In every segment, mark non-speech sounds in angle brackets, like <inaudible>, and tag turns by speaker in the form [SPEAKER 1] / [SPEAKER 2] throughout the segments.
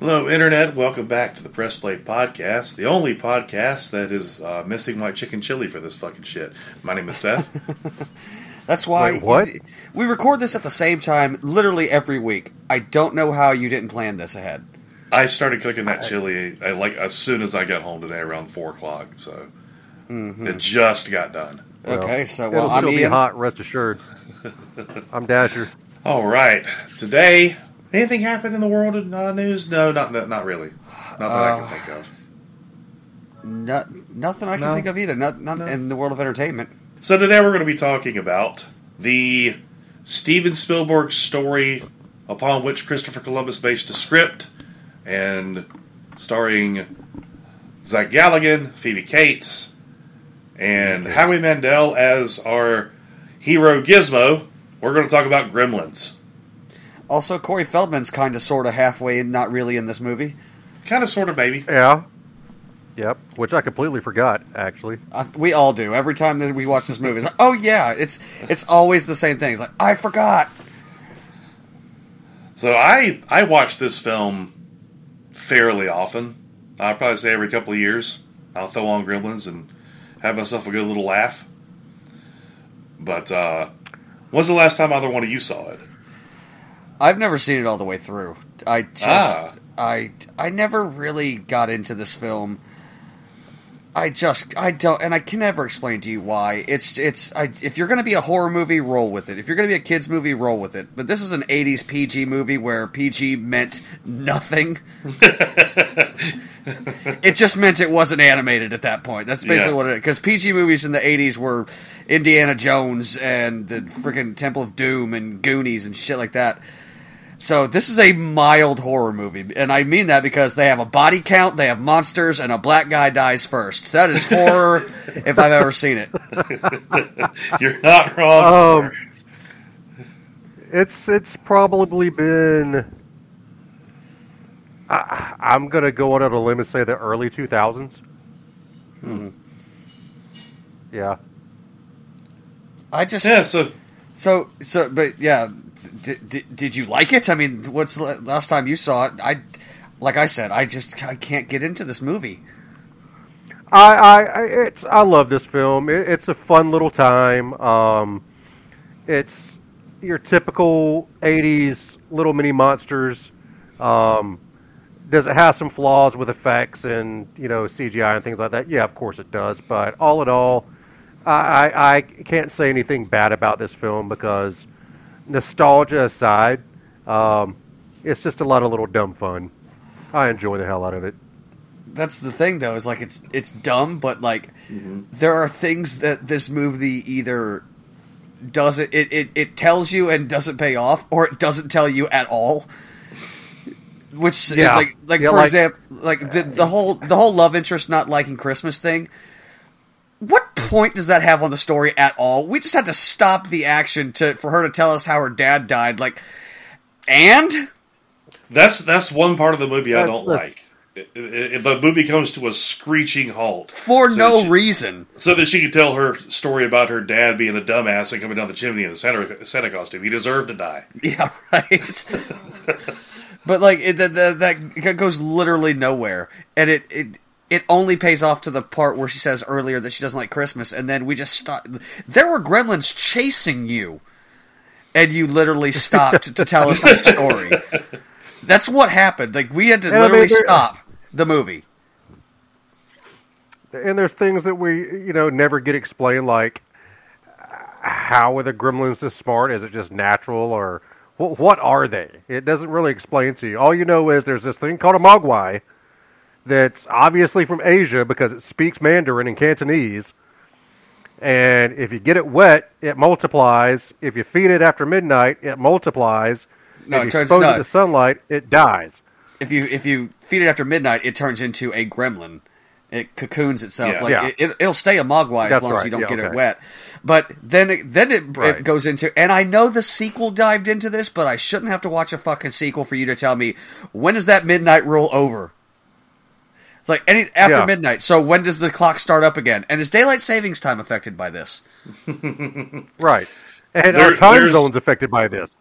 [SPEAKER 1] Hello, Internet. Welcome back to the Press Play Podcast, the only podcast that is uh, missing my chicken chili for this fucking shit. My name is Seth.
[SPEAKER 2] That's why
[SPEAKER 3] Wait, what?
[SPEAKER 2] we record this at the same time literally every week. I don't know how you didn't plan this ahead.
[SPEAKER 1] I started cooking that chili I, like as soon as I got home today, around four o'clock. So it just got done.
[SPEAKER 2] okay, so
[SPEAKER 3] It'll
[SPEAKER 2] well, I'm
[SPEAKER 3] still be
[SPEAKER 2] Ian.
[SPEAKER 3] hot, rest assured. I'm Dasher.
[SPEAKER 1] All right, today, anything happened in the world of uh, news? No, not not not really. Not that I can
[SPEAKER 2] Uh,
[SPEAKER 1] think of.
[SPEAKER 2] No, nothing I can
[SPEAKER 3] No.
[SPEAKER 2] think of either. Not, not
[SPEAKER 1] No.
[SPEAKER 2] in the world of entertainment.
[SPEAKER 1] So today we're going to be talking about the Steven Spielberg story upon which Christopher Columbus based a script, and starring Zach Galligan, Phoebe Cates, and Howie Mandel as our hero Gizmo. We're going to talk about Gremlins.
[SPEAKER 2] Also, Corey Feldman's kind of, sort of, halfway, and not really in this movie.
[SPEAKER 1] Kind of, sort of, maybe.
[SPEAKER 3] Yeah. Yep. Which I completely forgot, actually.
[SPEAKER 2] Uh, we all do every time that we watch this movie. It's like, oh yeah, it's it's always the same thing. It's like I forgot.
[SPEAKER 1] So I I watch this film fairly often. I probably say every couple of years. I'll throw on Gremlins and have myself a good little laugh. But uh, when's the last time either one of you saw it? <laughs>
[SPEAKER 2] I've never seen it all the way through. I just
[SPEAKER 1] Ah.
[SPEAKER 2] I I never really got into this film. I just I don't and I can never explain to you why. It's it's I, if you're going to be a horror movie, roll with it. If you're going to be a kids movie, roll with it. But this is an 80s PG movie where PG meant nothing. it just meant it wasn't animated at that point. That's basically
[SPEAKER 1] Yeah.
[SPEAKER 2] what it because PG movies in the '80s were Indiana Jones and the freaking Temple of Doom and Goonies and shit like that. So this is a mild horror movie, and I mean that because they have a body count, they have monsters, and a black guy dies first. That is
[SPEAKER 1] <laughs>
[SPEAKER 2] horror if I've ever seen it.
[SPEAKER 1] You're not wrong.
[SPEAKER 3] Um,
[SPEAKER 1] sir.
[SPEAKER 3] It's it's probably been. I, I'm gonna go out on a limb and say the early 2000s.
[SPEAKER 2] Hmm.
[SPEAKER 3] Yeah.
[SPEAKER 2] I just
[SPEAKER 1] Yeah. So
[SPEAKER 2] so so, but yeah, d- d- did you like it? I mean, what's the last time you saw it? I like I said, I just I can't get into this movie.
[SPEAKER 3] I, I, I it's I love this film. It, it's a fun little time. Um, it's your typical '80s little mini monsters. Um, does it have some flaws with effects and you know CGI and things like that? Yeah, of course it does. But all in all, I, I, I can't say anything bad about this film because nostalgia aside, um, it's just a lot of little dumb fun. I enjoy the hell out of it.
[SPEAKER 2] that's the thing though is like it's it's dumb but like
[SPEAKER 1] Mm-hmm.
[SPEAKER 2] there are things that this movie either doesn't it, it it tells you and doesn't pay off or it doesn't tell you at all which
[SPEAKER 3] Yeah.
[SPEAKER 2] like like
[SPEAKER 3] Yeah,
[SPEAKER 2] for
[SPEAKER 3] like-
[SPEAKER 2] example like the, the whole the whole love interest not liking christmas thing what point does that have on the story at all we just had to stop the action to for her to tell us how her dad died like and
[SPEAKER 1] that's that's one part of the movie I
[SPEAKER 3] That's
[SPEAKER 1] don't
[SPEAKER 3] the-
[SPEAKER 1] like. I- I- If the movie comes to a screeching halt
[SPEAKER 2] for
[SPEAKER 1] so
[SPEAKER 2] no
[SPEAKER 1] she-
[SPEAKER 2] reason
[SPEAKER 1] so that she could tell her story about her dad being a dumbass and coming down the chimney in a Santa, Santa costume, he deserved to die.
[SPEAKER 2] <laughs> Yeah, right. but like it, that, that that goes literally nowhere, and it it it only pays off to the part where she says earlier that she doesn't like Christmas, and then we just stop. There were gremlins chasing you, and you literally stopped to tell us
[SPEAKER 3] <laughs>
[SPEAKER 2] the story. That's what happened. Like we had to
[SPEAKER 3] I mean,
[SPEAKER 2] literally
[SPEAKER 3] there-
[SPEAKER 2] stop the movie.
[SPEAKER 3] and there's things that we you know never get explained like how are the gremlins this smart is it just natural or what, what are they it doesn't really explain to you all you know is there's this thing called a mogwai that's obviously from asia because it speaks mandarin and cantonese and if you get it wet it multiplies if you feed it after midnight it multiplies
[SPEAKER 2] No,
[SPEAKER 3] if
[SPEAKER 2] it
[SPEAKER 3] you
[SPEAKER 2] turns-
[SPEAKER 3] expose
[SPEAKER 2] no.
[SPEAKER 3] it to sunlight it dies
[SPEAKER 2] if you if you feed it after midnight, it turns into a gremlin. It cocoons itself.
[SPEAKER 1] Yeah.
[SPEAKER 2] Like
[SPEAKER 3] Yeah.
[SPEAKER 2] It, it'll stay a mogwai as
[SPEAKER 3] That's
[SPEAKER 2] long as
[SPEAKER 3] right.
[SPEAKER 2] you don't
[SPEAKER 3] Yeah,
[SPEAKER 2] get it
[SPEAKER 3] okay.
[SPEAKER 2] wet. But then it, then it, it
[SPEAKER 3] Right.
[SPEAKER 2] goes into. And I know the sequel dived into this, but I shouldn't have to watch a fucking sequel for you to tell me when is that midnight rule over. It's like any after
[SPEAKER 3] Yeah.
[SPEAKER 2] midnight. So when does the clock start up again? And is daylight savings time affected by this?
[SPEAKER 3] right and
[SPEAKER 1] There-
[SPEAKER 3] our time
[SPEAKER 1] there's-
[SPEAKER 3] zone's affected by this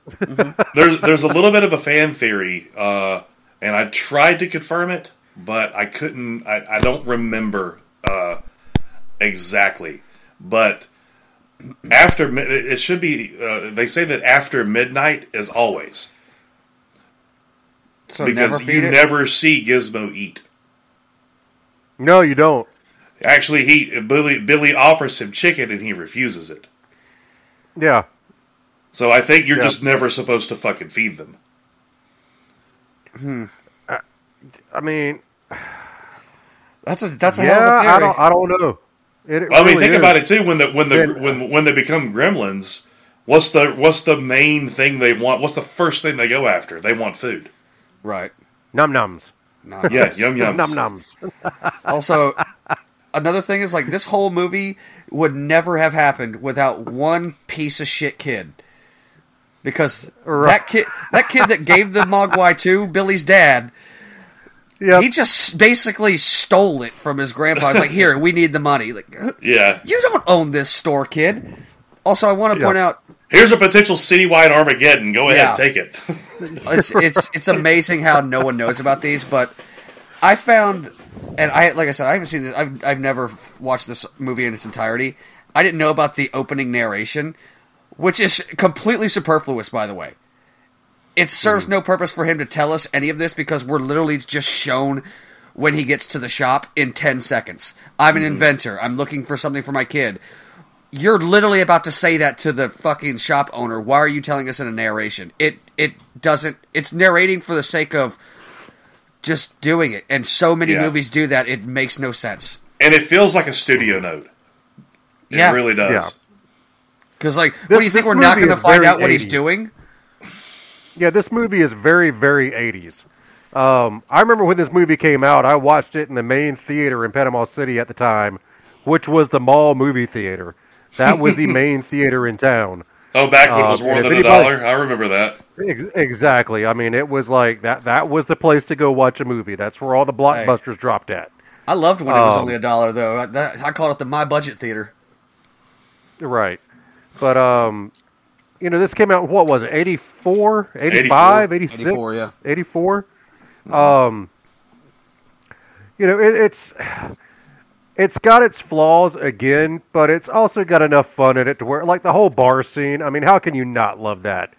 [SPEAKER 1] there's there's a little bit of a fan theory uh, and I tried to confirm it, but I couldn't. I, I don't remember uh, exactly, but after mi- it it should be. Uh, they say that after midnight is always
[SPEAKER 2] So
[SPEAKER 1] because
[SPEAKER 2] never feed
[SPEAKER 1] you
[SPEAKER 2] it.
[SPEAKER 1] never see Gizmo eat.
[SPEAKER 3] <laughs> No, you don't.
[SPEAKER 1] Actually, he Billy Billy offers him chicken and he refuses it.
[SPEAKER 3] Yeah.
[SPEAKER 1] So I think you're
[SPEAKER 3] Yeah.
[SPEAKER 1] just never supposed to fucking feed them.
[SPEAKER 3] I mean,
[SPEAKER 2] that's a that's a hell of
[SPEAKER 3] yeah,
[SPEAKER 2] a
[SPEAKER 3] I
[SPEAKER 2] theory.
[SPEAKER 3] don't, I don't know. It, it
[SPEAKER 1] Well, I mean,
[SPEAKER 3] really
[SPEAKER 1] think
[SPEAKER 3] is.
[SPEAKER 1] about it too. When the when the
[SPEAKER 3] Then-
[SPEAKER 1] when when they become gremlins, what's the what's the main thing they want? What's the first thing they go after? They want food.
[SPEAKER 2] Right.
[SPEAKER 3] Num nums.
[SPEAKER 2] Nah.
[SPEAKER 1] Yeah, yum yums.
[SPEAKER 3] Num nums.
[SPEAKER 2] Also, another thing is like this whole movie would never have happened without one piece of shit kid. Because that
[SPEAKER 3] Right.
[SPEAKER 2] kid, that kid that gave the Mogwai to Billy's dad,
[SPEAKER 3] Yeah.
[SPEAKER 2] he just basically stole it from his grandpa. He's like, "Here, we need the money." Like,
[SPEAKER 1] Yeah.
[SPEAKER 2] you don't own this store, kid. Also, I want to
[SPEAKER 3] Yeah.
[SPEAKER 2] point out
[SPEAKER 1] Here's a potential citywide Armageddon. Go ahead,
[SPEAKER 2] Yeah.
[SPEAKER 1] take it. <laughs>
[SPEAKER 2] <laughs> it's it's it's amazing how no one knows about these, but I found and I like I said I haven't seen this. I've I've never f- watched this movie in its entirety. I didn't know about the opening narration, which is completely superfluous, by the way. It serves
[SPEAKER 3] Hmm.
[SPEAKER 2] no purpose for him to tell us any of this because we're literally just shown when he gets to the shop in 10 seconds. I'm
[SPEAKER 3] Hmm.
[SPEAKER 2] an inventor. I'm looking for something for my kid. You're literally about to say that to the fucking shop owner. Why are you telling us in a narration? It it doesn't it's narrating for the sake of just doing it. And so many
[SPEAKER 1] Yeah.
[SPEAKER 2] movies do that. It makes no sense.
[SPEAKER 1] and it feels like a studio note. It
[SPEAKER 2] Yeah.
[SPEAKER 1] really does.
[SPEAKER 3] Yeah.
[SPEAKER 2] Cuz like what do you
[SPEAKER 3] This-
[SPEAKER 2] think
[SPEAKER 3] this
[SPEAKER 2] we're not
[SPEAKER 3] movie
[SPEAKER 2] going to
[SPEAKER 3] is
[SPEAKER 2] find
[SPEAKER 3] very
[SPEAKER 2] out what he's
[SPEAKER 3] 80s.
[SPEAKER 2] doing?
[SPEAKER 3] Yeah, this movie is very, very 80s. Um, I remember when this movie came out, I watched it in the main theater in Panama City at the time, which was the mall movie theater. That
[SPEAKER 2] <laughs>
[SPEAKER 3] was the main theater in town.
[SPEAKER 1] Oh, back when it was
[SPEAKER 3] Um,
[SPEAKER 1] more
[SPEAKER 3] and
[SPEAKER 1] than
[SPEAKER 3] if
[SPEAKER 1] a
[SPEAKER 3] anybody-
[SPEAKER 1] dollar. I remember that.
[SPEAKER 3] Ex- exactly. I mean, it was like that. That was the place to go watch a movie. That's where all the blockbusters dropped at.
[SPEAKER 2] I loved when it was
[SPEAKER 3] Um,
[SPEAKER 2] only a dollar though. I, that, I called it the my budget theater.
[SPEAKER 3] Right. But um you know, this came out what was it? 84, 85, 86,
[SPEAKER 2] 84, yeah.
[SPEAKER 3] 84. Um
[SPEAKER 1] Mm-hmm.
[SPEAKER 3] you know, it, it's it's got its flaws again, but it's also got enough fun in it to where like the whole bar scene. I mean, how can you not love that?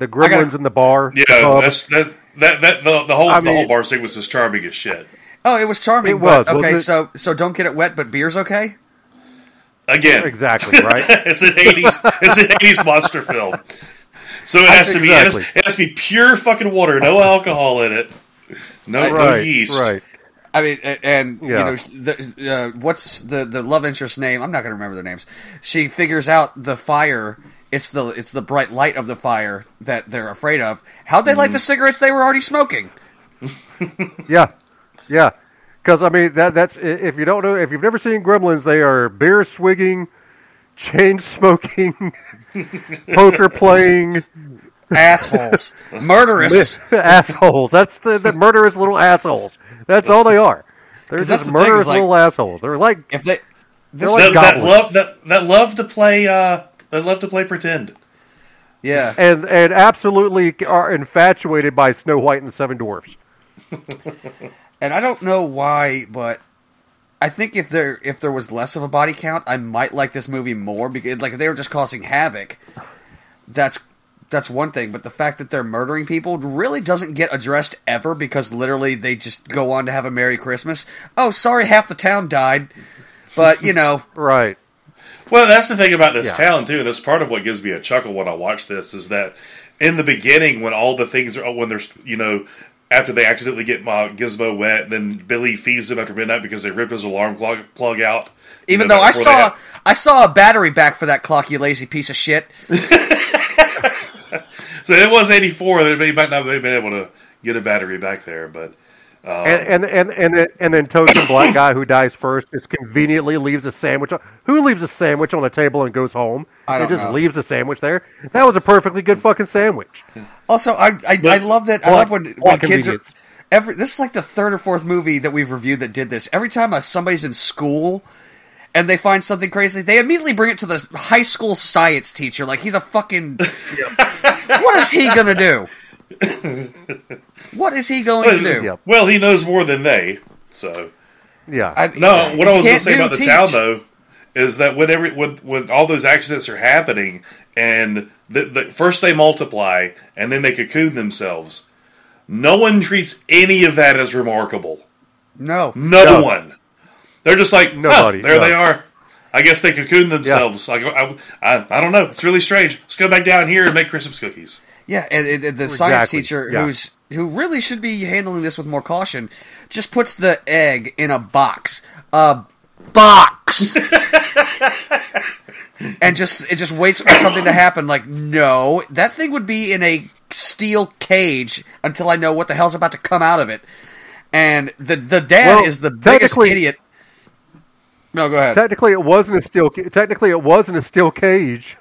[SPEAKER 3] The gremlins
[SPEAKER 2] gotta-
[SPEAKER 3] in the bar.
[SPEAKER 1] Yeah,
[SPEAKER 3] pub,
[SPEAKER 1] that's that that that the, the whole
[SPEAKER 3] Uh, I
[SPEAKER 1] the whole
[SPEAKER 3] mean-
[SPEAKER 1] bar sequence is charming as shit.
[SPEAKER 2] Oh, it was charming.
[SPEAKER 3] It
[SPEAKER 2] but, okay,
[SPEAKER 3] was, wasn't it?
[SPEAKER 2] so so don't get it wet, but beer's okay.
[SPEAKER 1] Again,
[SPEAKER 3] exactly, right?
[SPEAKER 1] <laughs> it's an eighties. It's an eighties monster film. So it has to be it has,
[SPEAKER 3] Exactly.
[SPEAKER 1] it has to be pure fucking water,
[SPEAKER 3] <laughs>
[SPEAKER 1] no alcohol in it, no, no
[SPEAKER 3] right.
[SPEAKER 1] yeast.
[SPEAKER 3] Right.
[SPEAKER 2] I mean, a- and
[SPEAKER 3] Yeah.
[SPEAKER 2] you know, the, uh, what's the the love interest name? I'm not going to remember their names. She figures out the fire. It's the it's the bright light of the fire that they're afraid of. How'd they
[SPEAKER 3] Mm.
[SPEAKER 2] light the cigarettes they were already smoking?
[SPEAKER 3] Yeah, yeah. Because I mean that that's i- if you don't know if you've never seen Gremlins, they are beer swigging, chain smoking, <laughs> poker playing <laughs>
[SPEAKER 2] Assholes, murderous.
[SPEAKER 3] assholes. That's the, the murderous little assholes. That's all they are. They're
[SPEAKER 2] 'Cause that's
[SPEAKER 3] just
[SPEAKER 2] the thing, is
[SPEAKER 3] murderous
[SPEAKER 2] like-
[SPEAKER 3] little assholes. They're like
[SPEAKER 2] If they
[SPEAKER 3] they're
[SPEAKER 2] this,
[SPEAKER 1] That,
[SPEAKER 3] like
[SPEAKER 1] that
[SPEAKER 3] goblins.
[SPEAKER 1] love that that love to play uh that love to play pretend.
[SPEAKER 2] yeah,
[SPEAKER 3] and and absolutely are infatuated by Snow White and the Seven Dwarfs.
[SPEAKER 2] and I don't know why, but I think if there if there was less of a body count, I might like this movie more because like if they were just causing havoc, that's that's one thing. But the fact that they're murdering people really doesn't get addressed ever because literally they just go on to have a Merry Christmas. Oh, sorry, half the town died, but you know,
[SPEAKER 3] Right.
[SPEAKER 1] Well, that's the thing about this
[SPEAKER 3] Yeah.
[SPEAKER 1] town too. That's part of what gives me a chuckle when I watch this is that in the beginning when all the things are when there's you know after they accidentally get my Gizmo wet, then Billy feeds them after midnight because they ripped his alarm clock plug out.
[SPEAKER 2] even
[SPEAKER 1] You know,
[SPEAKER 2] though I
[SPEAKER 1] before they
[SPEAKER 2] saw
[SPEAKER 1] had-
[SPEAKER 2] I saw a battery back for that clock, you lazy piece of shit.
[SPEAKER 1] so it was eighty four. They might not have been able to get a battery back there, but
[SPEAKER 3] And and and and then, and then token black guy who dies first is conveniently leaves a sandwich. on- Who leaves a sandwich on the table and goes home?
[SPEAKER 2] I
[SPEAKER 3] He
[SPEAKER 2] don't
[SPEAKER 3] just
[SPEAKER 2] know.
[SPEAKER 3] leaves a sandwich there. That was a perfectly good fucking sandwich.
[SPEAKER 2] Also, I I, I love that. I
[SPEAKER 3] What-
[SPEAKER 2] love when, when
[SPEAKER 3] what
[SPEAKER 2] kids are.
[SPEAKER 3] convenience.
[SPEAKER 2] Every this is like the third or fourth movie that we've reviewed that did this. Every time uh, somebody's in school and they find something crazy, they immediately bring it to the
[SPEAKER 1] <laughs>
[SPEAKER 2] high school science teacher. Like he's a fucking. what is he gonna do? What is he going to do?
[SPEAKER 3] Yep.
[SPEAKER 1] Well, he knows more than they. So
[SPEAKER 3] Yeah.
[SPEAKER 2] I-
[SPEAKER 1] no, what I was going to
[SPEAKER 2] you can't
[SPEAKER 1] say
[SPEAKER 2] do
[SPEAKER 1] about the
[SPEAKER 2] teach.
[SPEAKER 1] town though is that whenever when, when all those accidents are happening, and the, the, first they multiply and then they cocoon themselves. No one treats any of that as remarkable.
[SPEAKER 2] No.
[SPEAKER 1] No,
[SPEAKER 3] No.
[SPEAKER 1] one. They're just like nobody.
[SPEAKER 3] Nobody,
[SPEAKER 1] there
[SPEAKER 3] no.
[SPEAKER 1] they are. I guess they cocoon themselves. Like I, I, I don't know. It's really strange. Let's go back down here and make Christmas cookies.
[SPEAKER 2] Yeah, and, and- and the science
[SPEAKER 3] Exactly,
[SPEAKER 2] teacher
[SPEAKER 3] yeah.
[SPEAKER 2] who's who really should be handling this with more caution just puts the egg in a box. A box. <laughs> and just it just waits for something to happen like no, that thing would be in a steel cage until I know what the hell's about to come out of it. And the the dad
[SPEAKER 3] Well,
[SPEAKER 2] is the biggest
[SPEAKER 3] technically-
[SPEAKER 2] idiot. No, go ahead.
[SPEAKER 3] Technically, it wasn't a steel. ca- Technically, it wasn't a steel cage <laughs>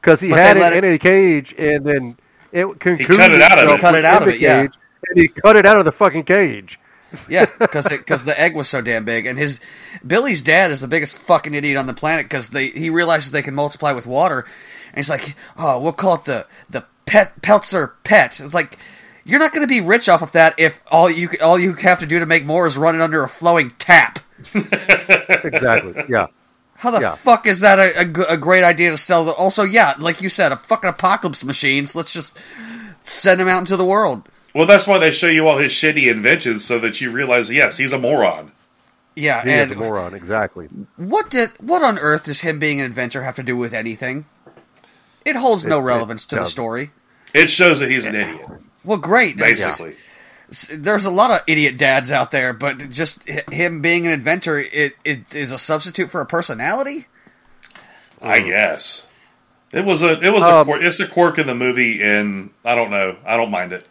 [SPEAKER 3] because he
[SPEAKER 2] But
[SPEAKER 3] had
[SPEAKER 2] they
[SPEAKER 3] it
[SPEAKER 2] let
[SPEAKER 3] in a cage, and then it cocooned
[SPEAKER 1] cut it out of
[SPEAKER 3] itself
[SPEAKER 1] it. Cut
[SPEAKER 2] it out
[SPEAKER 3] within
[SPEAKER 2] of
[SPEAKER 3] the
[SPEAKER 2] it, yeah.
[SPEAKER 3] cage, and he cut it out of the fucking cage.
[SPEAKER 2] Yeah, because because the egg was so damn big, and his Billy's dad is the biggest fucking idiot on the planet because they he realizes they can multiply with water, and he's like, oh, we'll call it the the pet Peltzer pet. It's like you're not going to be rich off of that if all you all you have to do to make more is run it under a flowing tap.
[SPEAKER 3] Exactly. Yeah.
[SPEAKER 2] How the
[SPEAKER 3] Yeah.
[SPEAKER 2] fuck is that a, a g- a great idea to sell? The, also, yeah, like you said, a fucking apocalypse machines. let's just send them out into the world.
[SPEAKER 1] Well, that's why they show you all his shitty inventions so that you realize, yes, he's a moron.
[SPEAKER 2] Yeah,
[SPEAKER 3] He
[SPEAKER 2] and
[SPEAKER 3] is a moron. Exactly.
[SPEAKER 2] What did what on earth does him being an inventor have to do with anything? It holds no
[SPEAKER 3] it
[SPEAKER 2] relevance to the
[SPEAKER 3] doesn't.
[SPEAKER 2] story.
[SPEAKER 1] It shows that he's an idiot,
[SPEAKER 2] Well, great.
[SPEAKER 1] basically.
[SPEAKER 2] It's- There's a lot of idiot dads out there, but just hi- him being an inventor, it, it is a substitute for a personality.
[SPEAKER 1] I
[SPEAKER 3] Mm.
[SPEAKER 1] guess it was a it was a
[SPEAKER 3] Um,
[SPEAKER 1] quirk, it's a quirk in the movie, and I don't know. I don't mind it.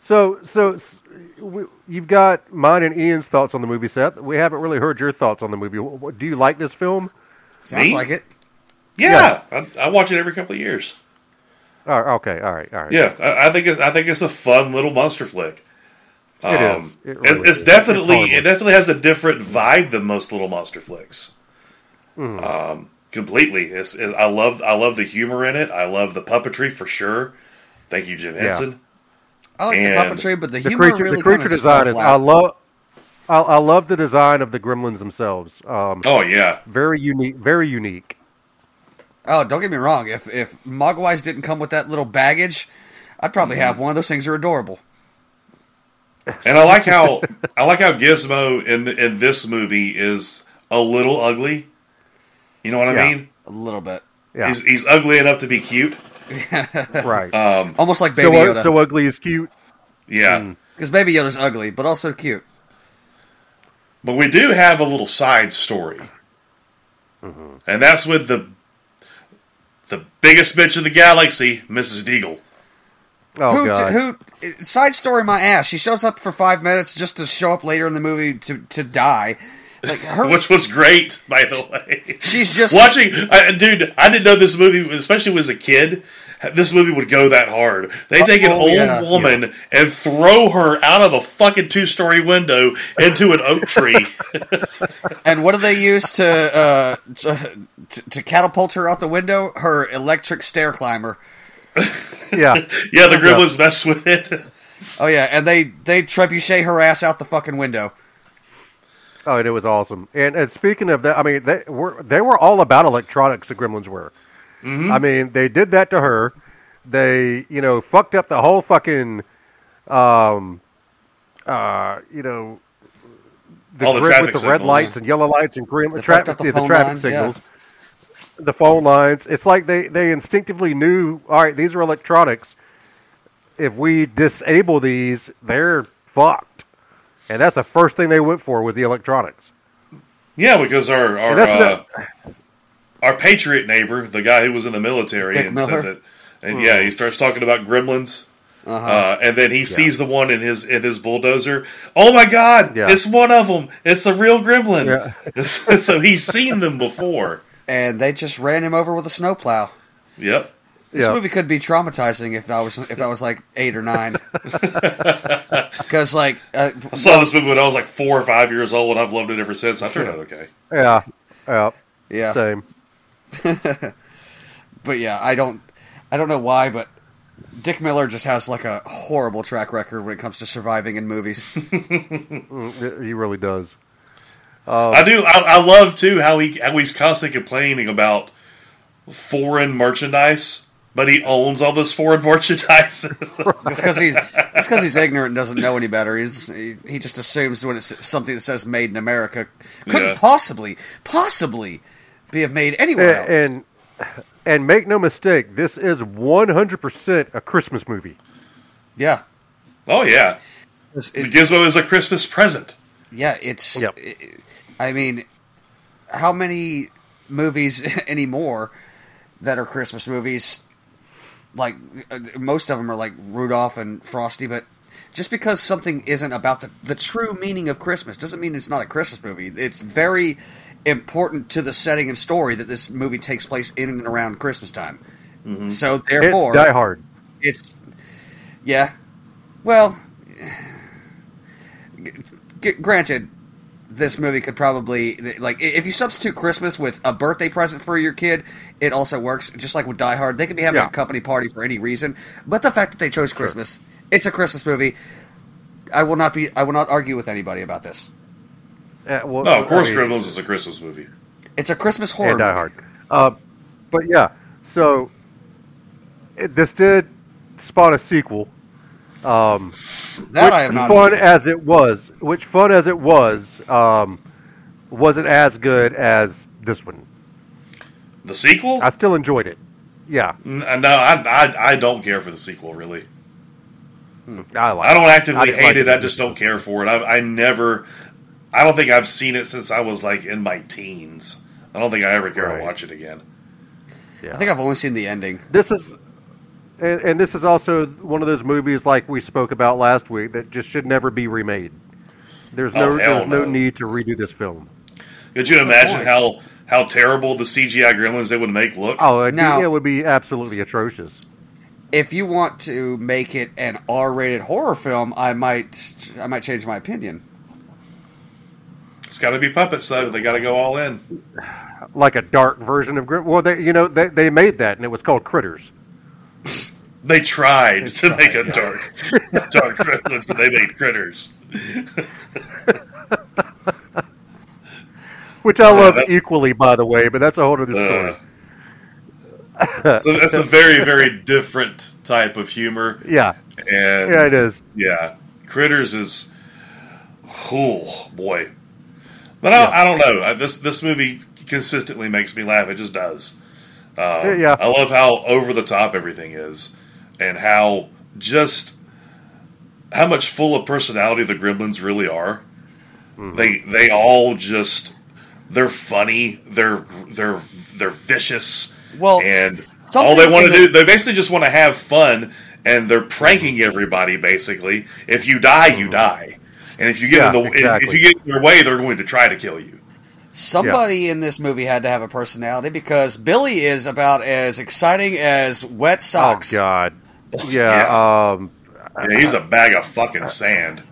[SPEAKER 3] So, so s- we, you've got mine and Ian's thoughts on the movie, Seth. We haven't really heard your thoughts on the movie. Wh- wh- Do you like this film?
[SPEAKER 2] Sounds
[SPEAKER 1] Me?
[SPEAKER 2] like it.
[SPEAKER 1] Yeah, I, I watch it every couple of years.
[SPEAKER 3] Oh, okay. All right. All right.
[SPEAKER 1] Yeah, I, I think it's, I think it's a fun little monster flick.
[SPEAKER 3] It is.
[SPEAKER 1] Um,
[SPEAKER 3] It
[SPEAKER 1] it's-
[SPEAKER 3] really
[SPEAKER 1] it's
[SPEAKER 3] is.
[SPEAKER 1] definitely
[SPEAKER 3] It's
[SPEAKER 1] it
[SPEAKER 3] Hollywood.
[SPEAKER 1] definitely has a different vibe than most little monster flicks.
[SPEAKER 3] Hmm.
[SPEAKER 1] Um, completely. It's, it, I love I love the humor in it. I love the puppetry for sure. Thank you, Jim Henson.
[SPEAKER 2] I like
[SPEAKER 1] And
[SPEAKER 2] the puppetry, but the,
[SPEAKER 3] the
[SPEAKER 2] humor
[SPEAKER 3] creature,
[SPEAKER 2] really
[SPEAKER 3] the creature
[SPEAKER 2] kinda just
[SPEAKER 3] design
[SPEAKER 2] fell
[SPEAKER 3] is.
[SPEAKER 2] flat.
[SPEAKER 3] I love. I, I love the design of the gremlins themselves. Um,
[SPEAKER 1] Oh yeah,
[SPEAKER 3] very unique. Very unique.
[SPEAKER 2] Oh, don't get me wrong. If if Mogwai's didn't come with that little baggage, I'd probably
[SPEAKER 1] Mm-hmm.
[SPEAKER 2] have one. Those things are adorable.
[SPEAKER 1] and I like how I like how Gizmo in the, in this movie is a little ugly. You know what I
[SPEAKER 3] Yeah.
[SPEAKER 1] mean?
[SPEAKER 2] A little bit,
[SPEAKER 3] Yeah.
[SPEAKER 1] He's he's ugly enough to be cute.
[SPEAKER 3] right.
[SPEAKER 2] almost like
[SPEAKER 3] so,
[SPEAKER 2] Baby
[SPEAKER 3] uh,
[SPEAKER 2] Yoda,
[SPEAKER 3] so ugly is cute.
[SPEAKER 1] Yeah.
[SPEAKER 3] Hmm.
[SPEAKER 2] because Baby Yoda's ugly but also cute.
[SPEAKER 1] But we do have a little side story,
[SPEAKER 3] Mm-hmm.
[SPEAKER 1] and that's with the the biggest bitch in the galaxy, Mrs. Deagle.
[SPEAKER 3] Oh
[SPEAKER 2] who,
[SPEAKER 3] god.
[SPEAKER 2] who side story my ass she shows up for five minutes just to show up later in the movie to, to die like her
[SPEAKER 1] which was great, by the way.
[SPEAKER 2] she's
[SPEAKER 1] <laughs>
[SPEAKER 2] just
[SPEAKER 1] Watching, I, dude, I didn't know this movie, especially as a kid. This movie would go that hard. They take an
[SPEAKER 2] Oh,
[SPEAKER 1] old
[SPEAKER 2] yeah.
[SPEAKER 1] woman and throw her out of a fucking two story window into an oak tree.
[SPEAKER 2] and what do they use to, uh, to to- to catapult her out the window her electric stair climber
[SPEAKER 1] <laughs>
[SPEAKER 3] yeah.
[SPEAKER 1] yeah, the gremlins mess with it.
[SPEAKER 2] oh yeah and they they trebuchet her ass out the fucking window
[SPEAKER 3] Oh, and it was awesome. And, and speaking of that, I mean, they were they were all about electronics. The Gremlins were.
[SPEAKER 1] Mm-hmm.
[SPEAKER 3] I mean, they did that to her. They, you know, fucked up the whole fucking, um, uh, you know, the
[SPEAKER 1] All the
[SPEAKER 3] grid
[SPEAKER 1] traffic
[SPEAKER 3] with the red
[SPEAKER 1] signals.
[SPEAKER 3] lights and yellow lights and green
[SPEAKER 2] They fucked
[SPEAKER 3] traffic,
[SPEAKER 2] up the
[SPEAKER 3] yeah, the,
[SPEAKER 2] phone
[SPEAKER 3] traffic
[SPEAKER 2] lines, yeah.
[SPEAKER 3] signals, the phone lines. It's like they they instinctively knew. All right, these are electronics. If we disable these, they're fucked. And that's the first thing they went for was the electronics.
[SPEAKER 1] Yeah, because our our
[SPEAKER 3] that's
[SPEAKER 1] uh, our patriot neighbor, the guy who was in the military,
[SPEAKER 2] Dick
[SPEAKER 1] and
[SPEAKER 2] Miller.
[SPEAKER 1] said that, and
[SPEAKER 3] Hmm.
[SPEAKER 1] yeah, he starts talking about gremlins, uh
[SPEAKER 3] Uh-huh.
[SPEAKER 1] and then he sees the one in his in his bulldozer. Oh my God,
[SPEAKER 3] Yeah.
[SPEAKER 1] it's one of them. It's a real gremlin. <laughs>
[SPEAKER 3] Yeah.
[SPEAKER 1] so he's seen them before.
[SPEAKER 2] and they just ran him over with a snowplow
[SPEAKER 1] Yep.
[SPEAKER 2] this
[SPEAKER 3] Yeah.
[SPEAKER 2] movie could be traumatizing if I was if I was like eight or
[SPEAKER 3] <laughs>
[SPEAKER 2] nine, <laughs> because like uh,
[SPEAKER 1] I saw this movie when I was like four or five years old, and I've loved it ever since. I turned out okay.
[SPEAKER 3] Yeah, yeah,
[SPEAKER 2] yeah,
[SPEAKER 3] same.
[SPEAKER 2] but yeah, I don't, I don't know why, but Dick Miller just has like a horrible track record when it comes to surviving in movies.
[SPEAKER 3] Mm, He really does.
[SPEAKER 1] I do. I, I love too how he how he's constantly complaining about foreign merchandise, but he owns all this foreign <laughs> merchandise.
[SPEAKER 2] It's because he's it's because he's ignorant and doesn't know any better. He's he, he just assumes when it's something that says "Made in America" couldn't
[SPEAKER 1] Yeah.
[SPEAKER 2] possibly possibly be have made anywhere else.
[SPEAKER 3] And and, and make no mistake, this is 100% a Christmas movie.
[SPEAKER 2] yeah,
[SPEAKER 1] oh yeah,
[SPEAKER 2] It's-
[SPEAKER 1] the
[SPEAKER 2] it-
[SPEAKER 1] Gizmo is a Christmas present.
[SPEAKER 2] yeah, it's.
[SPEAKER 3] Yep.
[SPEAKER 2] it- I mean, how many movies <laughs> anymore that are Christmas movies? Like uh, most of them are like Rudolph and Frosty, but just because something isn't about the, the true meaning of Christmas doesn't mean it's not a Christmas movie. It's very important to the setting and story that this movie takes place in and around Christmas time. So
[SPEAKER 3] It's
[SPEAKER 2] therefore,
[SPEAKER 3] Die Hard.
[SPEAKER 2] it's yeah. Well, g- g- granted, this movie could probably like i- if you substitute Christmas with a birthday present for your kid, it also works. Just like with Die Hard, they could be having
[SPEAKER 3] Yeah.
[SPEAKER 2] a company party for any reason, but the fact that they chose Christmas, it's a Christmas movie. I will not be. I will not argue with anybody about this.
[SPEAKER 3] Uh, well,
[SPEAKER 1] No, of course,
[SPEAKER 3] I mean,
[SPEAKER 1] Gremlins is a Christmas movie.
[SPEAKER 2] It's a Christmas horror.
[SPEAKER 3] and Die
[SPEAKER 2] movie.
[SPEAKER 3] Hard. Uh, but yeah, so it, this did spawn a sequel. Um,
[SPEAKER 2] That I have not.
[SPEAKER 3] fun
[SPEAKER 2] seen.
[SPEAKER 3] as it was, which fun as it was, um, wasn't as good as this one.
[SPEAKER 1] The sequel?
[SPEAKER 3] I still enjoyed it. Yeah,
[SPEAKER 1] N-
[SPEAKER 2] Mm.
[SPEAKER 1] uh, no, I, I I don't care for the sequel really.
[SPEAKER 3] I like.
[SPEAKER 1] I don't
[SPEAKER 3] I
[SPEAKER 1] actively
[SPEAKER 3] didn't
[SPEAKER 1] hate
[SPEAKER 3] like
[SPEAKER 1] it.
[SPEAKER 3] it.
[SPEAKER 1] I just don't care for it. I, I never. I don't think I've seen it since I was like in my teens. I don't think I ever care
[SPEAKER 3] Right.
[SPEAKER 1] to watch it again.
[SPEAKER 3] it. Yeah.
[SPEAKER 2] I think I've only seen the ending.
[SPEAKER 3] this is and, and this is also one of those movies like we spoke about last week that just should never be remade there's no
[SPEAKER 1] Oh, hell
[SPEAKER 3] there's
[SPEAKER 1] no.
[SPEAKER 3] no need to redo this film
[SPEAKER 1] Could you
[SPEAKER 2] What's the
[SPEAKER 1] imagine
[SPEAKER 2] point?
[SPEAKER 1] how how terrible the CGI Gremlins they would make look?
[SPEAKER 3] oh it'd be-
[SPEAKER 2] Now-
[SPEAKER 3] it would be absolutely atrocious
[SPEAKER 2] if you want to make it an R-rated horror film, I might I might change my opinion.
[SPEAKER 1] It's got to be puppets though. They got to go all in.
[SPEAKER 3] like a dark version of Grim. Well, they, you know, they, they made that, and it was called Critters.
[SPEAKER 1] They tried to
[SPEAKER 2] tried,
[SPEAKER 1] make a dark dark Gremlins, and they made critters.
[SPEAKER 3] Which I love
[SPEAKER 1] that's-
[SPEAKER 3] equally, by the way, but that's a whole other story.
[SPEAKER 1] Uh, so that's a very very different type of humor.
[SPEAKER 3] Yeah,
[SPEAKER 1] And
[SPEAKER 3] yeah, it is.
[SPEAKER 1] Yeah, Critters is oh boy, but I, I don't know. I, this this movie consistently makes me laugh. It just does.
[SPEAKER 3] Yeah, yeah.
[SPEAKER 1] Oh, I love how over the top everything is, and how just how much full of personality the Gremlins really are.
[SPEAKER 3] Mm-hmm.
[SPEAKER 1] They they all just they're funny. They're they're they're vicious.
[SPEAKER 2] Well,
[SPEAKER 1] and
[SPEAKER 2] something
[SPEAKER 1] all they want
[SPEAKER 2] in
[SPEAKER 1] to
[SPEAKER 2] the-
[SPEAKER 1] do, they basically just want to have fun, and they're pranking
[SPEAKER 3] Mm-hmm.
[SPEAKER 1] everybody. Basically, if you die, you die, and if you get in
[SPEAKER 3] Yeah,
[SPEAKER 1] the if
[SPEAKER 3] exactly.
[SPEAKER 1] you get in their way, they're going to try to kill
[SPEAKER 3] <laughs>
[SPEAKER 1] you.
[SPEAKER 2] Somebody in this movie had to have a personality because Billy is about as exciting as wet
[SPEAKER 3] Oh
[SPEAKER 2] socks.
[SPEAKER 3] God, yeah,
[SPEAKER 1] Oh, Yeah.
[SPEAKER 3] Um,
[SPEAKER 1] Yeah, he's a bag of fucking sand.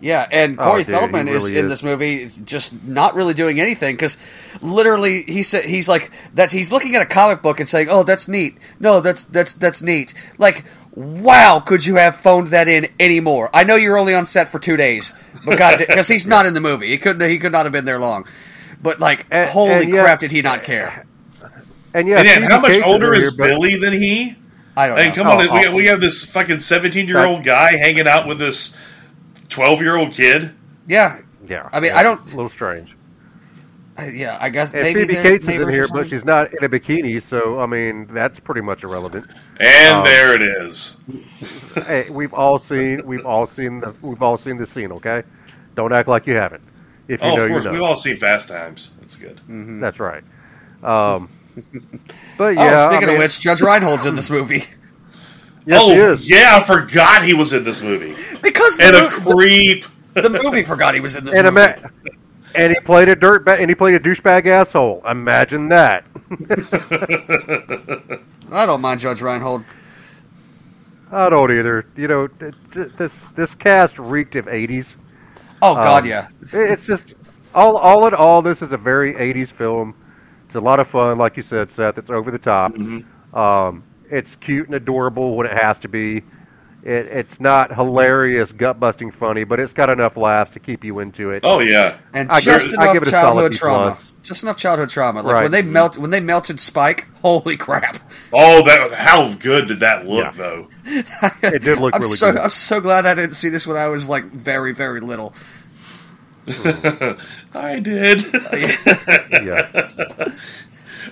[SPEAKER 2] Yeah, and
[SPEAKER 3] Oh,
[SPEAKER 2] Corey
[SPEAKER 3] dude, he
[SPEAKER 2] Feldman is,
[SPEAKER 3] really
[SPEAKER 2] in
[SPEAKER 3] is.
[SPEAKER 2] this movie is just not really doing anything because literally he said he's like that's he's looking at a comic book and saying, "Oh, that's neat. No, that's that's that's neat." Like, wow, could you have phoned that in anymore? I know you're only on set for two days, but God, <laughs> because he's not in the movie, he couldn't he could not have been there long. But like,
[SPEAKER 3] And-
[SPEAKER 2] holy
[SPEAKER 3] and yet-
[SPEAKER 2] crap, did he not care?
[SPEAKER 3] and yeah,
[SPEAKER 1] And then, how much
[SPEAKER 3] CDK is
[SPEAKER 1] older
[SPEAKER 3] in
[SPEAKER 1] is
[SPEAKER 3] here, but-
[SPEAKER 1] Billy than he?
[SPEAKER 2] I don't
[SPEAKER 1] I mean,
[SPEAKER 2] know.
[SPEAKER 1] come on,
[SPEAKER 3] Oh,
[SPEAKER 1] we,
[SPEAKER 3] oh.
[SPEAKER 1] we have this fucking seventeen-year-old guy hanging out with this twelve-year-old kid.
[SPEAKER 2] Yeah,
[SPEAKER 3] Yeah,
[SPEAKER 2] I mean,
[SPEAKER 3] yeah,
[SPEAKER 2] I don't-
[SPEAKER 3] it's a little strange.
[SPEAKER 2] yeah, I guess
[SPEAKER 3] And
[SPEAKER 2] maybe
[SPEAKER 3] Phoebe
[SPEAKER 2] there-
[SPEAKER 3] Cates is
[SPEAKER 2] maybe
[SPEAKER 3] in
[SPEAKER 2] there's
[SPEAKER 3] here,
[SPEAKER 2] something-
[SPEAKER 3] but she's not in a bikini, so I mean, that's pretty much irrelevant.
[SPEAKER 1] And
[SPEAKER 3] Oh.
[SPEAKER 1] there it is.
[SPEAKER 3] hey, we've all seen, we've all seen the, we've all seen the scene. Okay, don't act like you haven't. If you
[SPEAKER 1] Oh,
[SPEAKER 3] know,
[SPEAKER 1] of course,
[SPEAKER 3] you know. Mm.
[SPEAKER 1] we've all Mm-hmm. seen Fast Times. That's good.
[SPEAKER 3] That's right. Um, but
[SPEAKER 2] Oh,
[SPEAKER 3] yeah, I
[SPEAKER 2] speaking
[SPEAKER 3] mean,
[SPEAKER 2] of which, Judge Reinhold's in this movie <laughs>
[SPEAKER 3] yes, he
[SPEAKER 1] oh,
[SPEAKER 3] is.
[SPEAKER 1] yeah, I forgot he was in this movie.
[SPEAKER 2] because the
[SPEAKER 1] And a
[SPEAKER 2] mo- the-
[SPEAKER 1] creep.
[SPEAKER 2] the movie forgot he was in this
[SPEAKER 3] and,
[SPEAKER 2] movie.
[SPEAKER 3] ima- and he played a dirt ba- and he played a douchebag asshole. Imagine that.
[SPEAKER 2] I don't mind Judge Reinhold.
[SPEAKER 3] I don't either. You know, th- th- this this cast reeked of '80s.
[SPEAKER 2] Oh
[SPEAKER 3] Um,
[SPEAKER 2] God, yeah.
[SPEAKER 3] It- It's just all all in all, this is a
[SPEAKER 1] Mm-hmm.
[SPEAKER 3] very '80s film. It's a lot of fun, like you said, Seth. It's over the top. Um, It's cute and adorable when it has to be. It, it's not hilarious, gut busting funny, but it's got enough laughs to keep you into it.
[SPEAKER 1] Oh yeah,
[SPEAKER 2] and
[SPEAKER 3] I
[SPEAKER 2] just
[SPEAKER 3] give- I
[SPEAKER 2] enough
[SPEAKER 3] give it a solid
[SPEAKER 2] childhood
[SPEAKER 3] B
[SPEAKER 2] trauma.
[SPEAKER 3] plus.
[SPEAKER 2] Just enough childhood trauma. Like
[SPEAKER 3] Right.
[SPEAKER 2] when they melt, when they melted Spike. Holy crap!
[SPEAKER 1] oh that how good did that look
[SPEAKER 3] Yeah.
[SPEAKER 1] though?
[SPEAKER 3] It did look
[SPEAKER 2] I'm
[SPEAKER 3] really
[SPEAKER 2] so
[SPEAKER 3] good.
[SPEAKER 2] I'm so glad I didn't see this when I was like very very <laughs> little.
[SPEAKER 1] I did. <laughs>
[SPEAKER 3] yeah.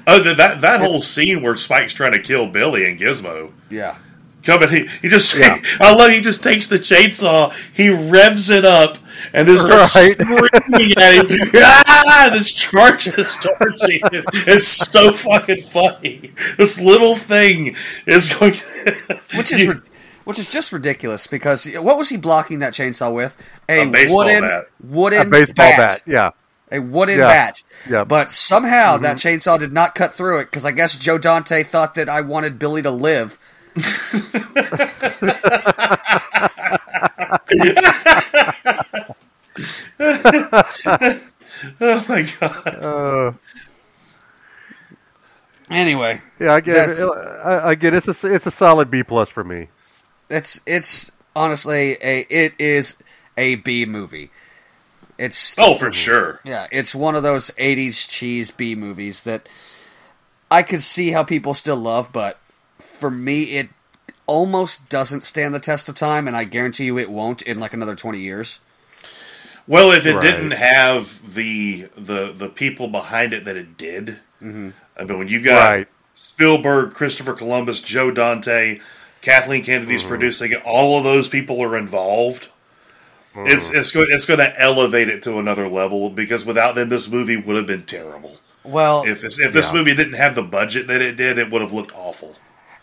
[SPEAKER 1] oh, that that, that whole scene where Spike's trying to kill Billy and Gizmo.
[SPEAKER 2] Yeah.
[SPEAKER 1] Come and he, he just <laughs>
[SPEAKER 3] Yeah.
[SPEAKER 1] I love he just takes the chainsaw, he revs it up, and then starts
[SPEAKER 3] Right. <laughs>
[SPEAKER 1] screaming at him. Ah, this charges towards him. It's so fucking funny. This little thing is going. <laughs>
[SPEAKER 2] which is rid- which is just ridiculous because what was he blocking that chainsaw with? A,
[SPEAKER 1] A baseball
[SPEAKER 2] wooden
[SPEAKER 1] bat.
[SPEAKER 2] wooden
[SPEAKER 3] A baseball bat. Yeah.
[SPEAKER 2] a wooden
[SPEAKER 3] Yeah.
[SPEAKER 2] bat.
[SPEAKER 3] Yeah.
[SPEAKER 2] But somehow that chainsaw did not cut through it because I guess Joe Dante thought that I wanted Billy to live.
[SPEAKER 1] oh my god!
[SPEAKER 3] Uh,
[SPEAKER 2] Anyway,
[SPEAKER 3] yeah. I guess.
[SPEAKER 2] That's-
[SPEAKER 3] I, I get it's a it's a solid B plus for me.
[SPEAKER 2] it's it's honestly a it is a B movie. It's
[SPEAKER 1] Oh, for sure.
[SPEAKER 2] Yeah, it's one of those '80s cheese B movies that I could see how people still love, but for me, it almost doesn't stand the test of time, and I guarantee you it won't in like another twenty years.
[SPEAKER 1] Well, if it
[SPEAKER 3] Right.
[SPEAKER 1] didn't have the the the people behind it that it did, I mean, when you got
[SPEAKER 3] Mm-hmm. Right.
[SPEAKER 1] Spielberg, Christopher Columbus, Joe Dante, Kathleen Kennedy's
[SPEAKER 3] Mm-hmm.
[SPEAKER 1] producing it, all of those people are involved.
[SPEAKER 3] Mm-hmm.
[SPEAKER 1] It's it's going it's going to elevate it to another level because without them, this movie would have been terrible.
[SPEAKER 2] Well,
[SPEAKER 1] If this, if this
[SPEAKER 3] Yeah.
[SPEAKER 1] movie didn't have the budget that it did, it would have looked awful.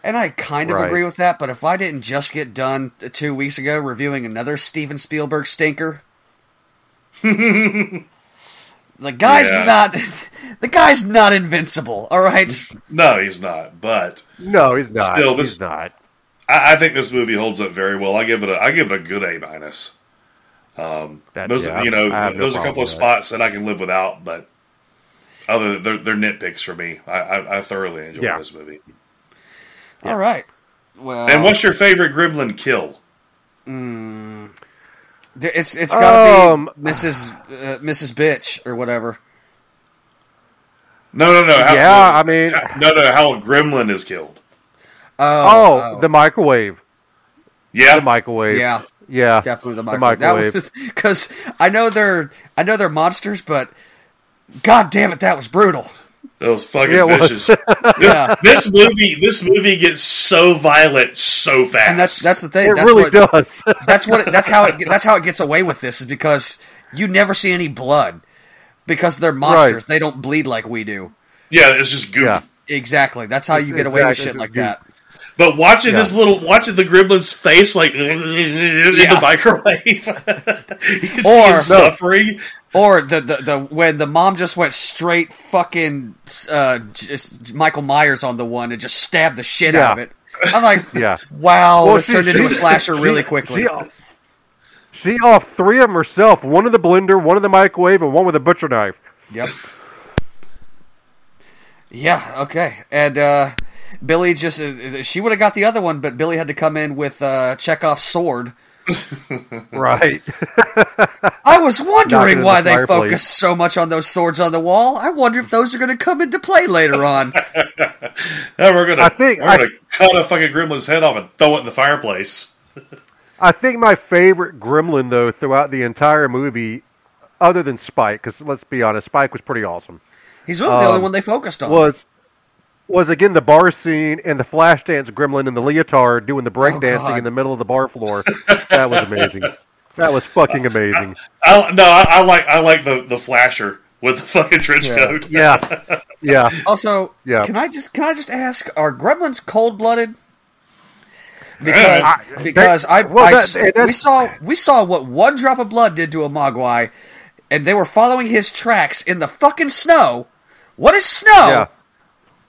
[SPEAKER 2] and I kind of
[SPEAKER 3] Right.
[SPEAKER 2] agree with that, but if I didn't just get done two weeks ago reviewing another Steven Spielberg stinker, <laughs> the guy's
[SPEAKER 1] Yeah.
[SPEAKER 2] not <laughs> the guy's not invincible.
[SPEAKER 1] <laughs>
[SPEAKER 2] All right,
[SPEAKER 1] No, he's not, but
[SPEAKER 3] No, he's not.
[SPEAKER 1] Still, this-
[SPEAKER 3] he's not.
[SPEAKER 1] I, I think this movie holds up very well. I give it a I give it a good A minus.
[SPEAKER 3] That,
[SPEAKER 1] Those,
[SPEAKER 3] yeah,
[SPEAKER 1] you know,
[SPEAKER 3] I have no
[SPEAKER 1] there's a
[SPEAKER 3] problem
[SPEAKER 1] couple of
[SPEAKER 3] with that.
[SPEAKER 1] spots that I can live without, but other they're, they're nitpicks for me. I, I, I thoroughly enjoy
[SPEAKER 3] Yeah.
[SPEAKER 1] this movie.
[SPEAKER 2] all right. Well,
[SPEAKER 3] Um,
[SPEAKER 1] And what's your favorite Gremlin kill?
[SPEAKER 2] D- It's it's gotta
[SPEAKER 3] Um,
[SPEAKER 2] be Mrs. Uh, Mrs. Bitch or whatever.
[SPEAKER 1] No, no, no. How,
[SPEAKER 3] Yeah, I mean-
[SPEAKER 1] no, no. How a Gremlin is killed?
[SPEAKER 2] Oh,
[SPEAKER 3] Oh,
[SPEAKER 2] oh.
[SPEAKER 3] the microwave.
[SPEAKER 1] Yeah,
[SPEAKER 3] The microwave.
[SPEAKER 2] Yeah.
[SPEAKER 3] Yeah.
[SPEAKER 2] oh, definitely the
[SPEAKER 3] The
[SPEAKER 2] microwave.
[SPEAKER 3] microwave.
[SPEAKER 2] <laughs> Because I know they're I know they're monsters, but god damn it, that was brutal.
[SPEAKER 1] that was fucking
[SPEAKER 3] Yeah, it was. <laughs>
[SPEAKER 1] vicious.
[SPEAKER 2] Yeah,
[SPEAKER 1] this movie, this movie gets so violent so fast.
[SPEAKER 2] and that's that's the thing.
[SPEAKER 3] It
[SPEAKER 2] that's
[SPEAKER 3] really
[SPEAKER 2] what,
[SPEAKER 3] does.
[SPEAKER 2] That's what it, that's how it that's how it gets away with this is because you never see any blood because they're monsters. They don't bleed like we do.
[SPEAKER 1] yeah, it's just goop.
[SPEAKER 3] yeah.
[SPEAKER 2] Exactly. That's how you get away with
[SPEAKER 3] Exactly.
[SPEAKER 2] shit like that.
[SPEAKER 1] But watching
[SPEAKER 3] Yeah.
[SPEAKER 1] this little, watching the gremlin's face like <laughs> in
[SPEAKER 2] Yeah.
[SPEAKER 1] the microwave, <laughs> you see
[SPEAKER 2] Or-
[SPEAKER 1] him
[SPEAKER 2] No.
[SPEAKER 1] suffering.
[SPEAKER 2] Or the, the the when the mom just went straight fucking uh, just Michael Myers on the one and just stabbed the shit out of
[SPEAKER 3] Yeah.
[SPEAKER 2] it. I'm like,
[SPEAKER 3] <laughs> Yeah.
[SPEAKER 2] wow,
[SPEAKER 3] Well,
[SPEAKER 2] this
[SPEAKER 3] she-
[SPEAKER 2] turned into a
[SPEAKER 3] she-
[SPEAKER 2] slasher
[SPEAKER 3] <laughs> she-
[SPEAKER 2] really quickly.
[SPEAKER 3] She, off- she off three of them herself one in the blender, one in the microwave, and one with a
[SPEAKER 2] <laughs>
[SPEAKER 3] butcher knife.
[SPEAKER 2] Yep. Yeah. Okay. And uh, Billy just uh, she would have got the other one, but Billy had to come in with uh, Chekhov's sword.
[SPEAKER 3] Right.
[SPEAKER 2] I was
[SPEAKER 3] Knocked it
[SPEAKER 2] wondering
[SPEAKER 3] in
[SPEAKER 2] why
[SPEAKER 3] the
[SPEAKER 2] they
[SPEAKER 3] fireplace.
[SPEAKER 2] focused so much on those swords on the wall. I wonder if those are going to come into play later on.
[SPEAKER 1] Now Oh, we're gonna,
[SPEAKER 3] I think
[SPEAKER 1] we're
[SPEAKER 3] I-
[SPEAKER 1] gonna cut a fucking gremlin's head off and throw it in the fireplace.
[SPEAKER 3] I think my favorite gremlin, though, throughout the entire movie, other than Spike, because let's be honest, Spike was pretty awesome,
[SPEAKER 2] He's really the
[SPEAKER 3] Um,
[SPEAKER 2] only one they focused on.
[SPEAKER 3] was was again the bar scene and the flashdance gremlin in the leotard doing the breakdancing
[SPEAKER 2] Oh, God.
[SPEAKER 3] in the middle of the bar floor. that was amazing. That was fucking amazing.
[SPEAKER 1] I, no, I, I like I like the the flasher with the fucking trench
[SPEAKER 2] Yeah.
[SPEAKER 1] coat.
[SPEAKER 3] Yeah. Yeah.
[SPEAKER 2] Also,
[SPEAKER 3] Yeah.
[SPEAKER 2] Can I just can I just ask? Are gremlins cold blooded? Because
[SPEAKER 1] I-
[SPEAKER 2] because I,
[SPEAKER 3] well,
[SPEAKER 2] I
[SPEAKER 3] that-
[SPEAKER 2] s-
[SPEAKER 3] that-
[SPEAKER 2] we saw we saw what one drop of blood did to a mogwai, and they were following his tracks in the fucking snow. What is snow?
[SPEAKER 1] Oh.
[SPEAKER 3] Yeah.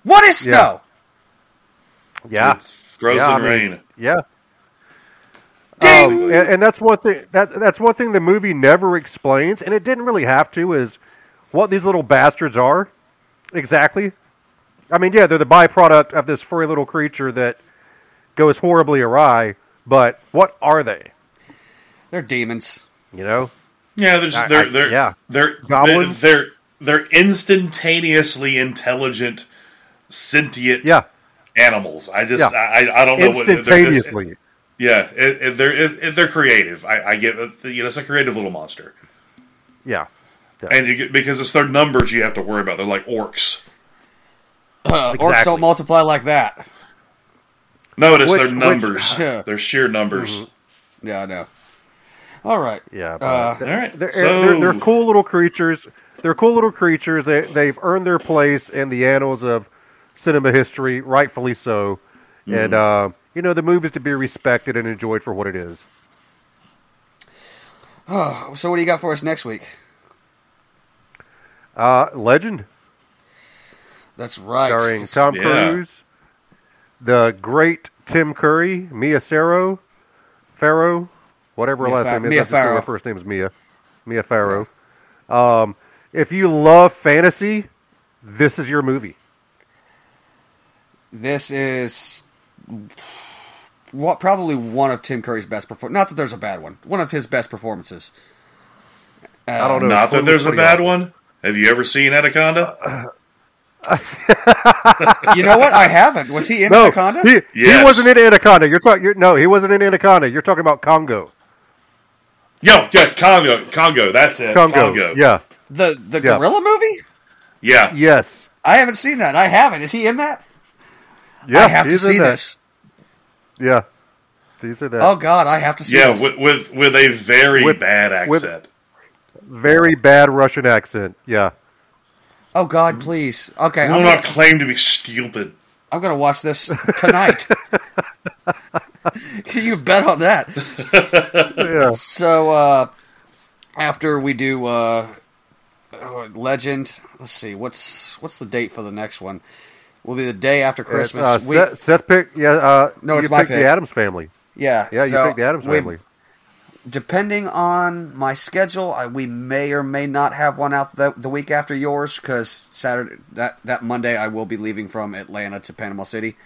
[SPEAKER 2] What is
[SPEAKER 3] Yeah.
[SPEAKER 2] snow?
[SPEAKER 3] Yeah.
[SPEAKER 1] It's frozen
[SPEAKER 3] Yeah, I mean,
[SPEAKER 1] rain.
[SPEAKER 3] Yeah. Oh. Um,
[SPEAKER 2] Ding!
[SPEAKER 3] and, and that's one thing that that's one thing the movie never explains, and it didn't really have to, is what these little bastards are exactly. I mean, yeah, they're the byproduct of this furry little creature that goes horribly awry. But what are they?
[SPEAKER 2] They're demons. <clears throat>
[SPEAKER 3] You know,
[SPEAKER 1] Yeah, they're just,
[SPEAKER 3] I-
[SPEAKER 1] they're
[SPEAKER 3] I-
[SPEAKER 1] they're,
[SPEAKER 3] yeah.
[SPEAKER 1] they're, they're
[SPEAKER 3] Goblins?
[SPEAKER 1] they're they're instantaneously intelligent, sentient
[SPEAKER 3] yeah,
[SPEAKER 1] animals. I just
[SPEAKER 3] Yeah.
[SPEAKER 1] I I, I don't know what they're just-
[SPEAKER 3] instantaneously.
[SPEAKER 1] yeah, it, it, they're it, it- they're creative. I, I get it. you know it's a creative little monster,
[SPEAKER 3] Yeah,
[SPEAKER 1] and you get, because it's their numbers you have to worry about. They're like orcs.
[SPEAKER 2] Uh, Orcs
[SPEAKER 3] Exactly.
[SPEAKER 2] don't multiply like that.
[SPEAKER 1] No, it's
[SPEAKER 3] Which-
[SPEAKER 1] their
[SPEAKER 3] which- <laughs> Mm-hmm.
[SPEAKER 1] numbers.
[SPEAKER 2] Yeah.
[SPEAKER 1] Their sheer numbers.
[SPEAKER 2] Yeah, I know. All right.
[SPEAKER 3] yeah. but-
[SPEAKER 2] Uh,
[SPEAKER 1] All right,
[SPEAKER 3] They're,
[SPEAKER 1] so
[SPEAKER 3] they're, they're cool little creatures. They're cool little creatures. They, they've earned their place in the annals of cinema history, rightfully so. And, uh,
[SPEAKER 1] Mm-hmm.
[SPEAKER 3] you know, the move is to be respected and enjoyed for what it is.
[SPEAKER 2] so what do you got for us next week?
[SPEAKER 3] Uh, Legend,
[SPEAKER 2] That's right.
[SPEAKER 3] starring Tom
[SPEAKER 1] Yeah.
[SPEAKER 3] Cruise, the great Tim Curry, Mia Farrow, Farrow, whatever her
[SPEAKER 2] Mia
[SPEAKER 3] last
[SPEAKER 2] Fa-
[SPEAKER 3] name is.
[SPEAKER 2] Mia
[SPEAKER 3] I just know
[SPEAKER 2] Farrow.
[SPEAKER 3] Her first name is Mia. Mia Farrow. Um, if you love fantasy, this is your movie.
[SPEAKER 2] This is what probably one of Tim Curry's best perform. Not that there's a bad one. One of his best performances.
[SPEAKER 3] I don't know.
[SPEAKER 1] Uh, Not that
[SPEAKER 3] Clue
[SPEAKER 1] there's
[SPEAKER 3] was
[SPEAKER 1] a
[SPEAKER 3] pretty
[SPEAKER 1] bad
[SPEAKER 3] awful.
[SPEAKER 1] one. Have you ever seen Anaconda?
[SPEAKER 2] You know
[SPEAKER 3] <laughs>
[SPEAKER 2] what? I haven't. Was he in
[SPEAKER 3] No,
[SPEAKER 2] Anaconda?
[SPEAKER 3] He,
[SPEAKER 1] Yes.
[SPEAKER 3] he wasn't in Anaconda. You're talking. No, he wasn't in Anaconda. You're talking about Congo.
[SPEAKER 1] Yo, yeah, Congo, Congo. That's it.
[SPEAKER 3] Congo.
[SPEAKER 1] Congo.
[SPEAKER 3] Yeah.
[SPEAKER 2] the the
[SPEAKER 3] Yeah.
[SPEAKER 2] gorilla movie?
[SPEAKER 1] yeah,
[SPEAKER 3] Yes.
[SPEAKER 2] I haven't seen that. I haven't. Is he in that?
[SPEAKER 3] Yeah.
[SPEAKER 2] I have to
[SPEAKER 3] he's in
[SPEAKER 2] see
[SPEAKER 3] that.
[SPEAKER 2] this.
[SPEAKER 3] Yeah. These are that
[SPEAKER 2] Oh God, I have to see
[SPEAKER 1] yeah.
[SPEAKER 2] this.
[SPEAKER 1] With, with with a very
[SPEAKER 3] With-
[SPEAKER 1] bad
[SPEAKER 3] with-
[SPEAKER 1] accent.
[SPEAKER 3] very bad Russian accent.
[SPEAKER 2] <laughs>
[SPEAKER 3] Yeah.
[SPEAKER 2] oh God, please. Okay,
[SPEAKER 1] I
[SPEAKER 2] I'm
[SPEAKER 1] will
[SPEAKER 2] gonna,
[SPEAKER 1] not claim to be stupid.
[SPEAKER 2] I'm gonna watch this
[SPEAKER 3] <laughs>
[SPEAKER 2] tonight. <laughs> you bet on that.
[SPEAKER 3] Yeah.
[SPEAKER 2] So uh, after we do uh, uh, Legend, let's see what's what's the date for the next one. Will be the day after
[SPEAKER 3] It's,
[SPEAKER 2] Christmas.
[SPEAKER 3] uh,
[SPEAKER 2] We-
[SPEAKER 3] Seth, Seth picked. Yeah. Uh,
[SPEAKER 2] No, it's
[SPEAKER 3] you
[SPEAKER 2] my
[SPEAKER 3] picked
[SPEAKER 2] pick.
[SPEAKER 3] the Adams family.
[SPEAKER 2] yeah,
[SPEAKER 3] Yeah.
[SPEAKER 2] so
[SPEAKER 3] you picked the Adams
[SPEAKER 2] we-
[SPEAKER 3] family.
[SPEAKER 2] depending on my schedule, I, we may or may not have one out the, the week after yours because Saturday that that Monday I will be leaving from Atlanta to Panama City.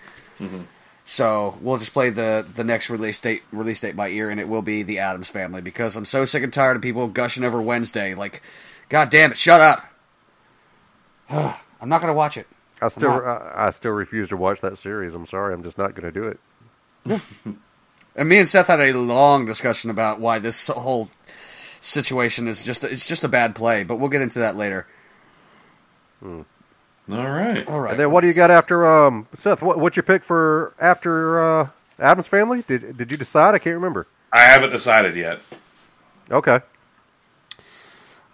[SPEAKER 2] So we'll just play the the next release date release date by ear, and it will be the Adams Family because I'm so sick and tired of people gushing over Wednesday. Like, God damn it, shut up! <sighs> I'm not gonna watch it.
[SPEAKER 3] I still. uh,
[SPEAKER 2] not-
[SPEAKER 3] I, I still refuse to watch that series. I'm sorry. I'm just not going to do it.
[SPEAKER 2] And me and Seth had a long discussion about why this whole situation is just it's just a bad play, but we'll get into that later.
[SPEAKER 1] All right.
[SPEAKER 2] All right.
[SPEAKER 3] And then what do you
[SPEAKER 2] let's-
[SPEAKER 3] got after um, Seth? What, what's your pick for after uh, Adams family? Did Did you decide? I can't remember.
[SPEAKER 1] I haven't decided yet.
[SPEAKER 3] Okay.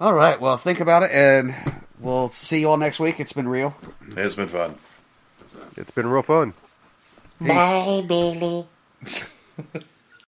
[SPEAKER 2] All right. Well, think about it, and we'll see you all next week. It's been real.
[SPEAKER 1] It's been fun.
[SPEAKER 3] It's been real fun.
[SPEAKER 4] Bye, Billy.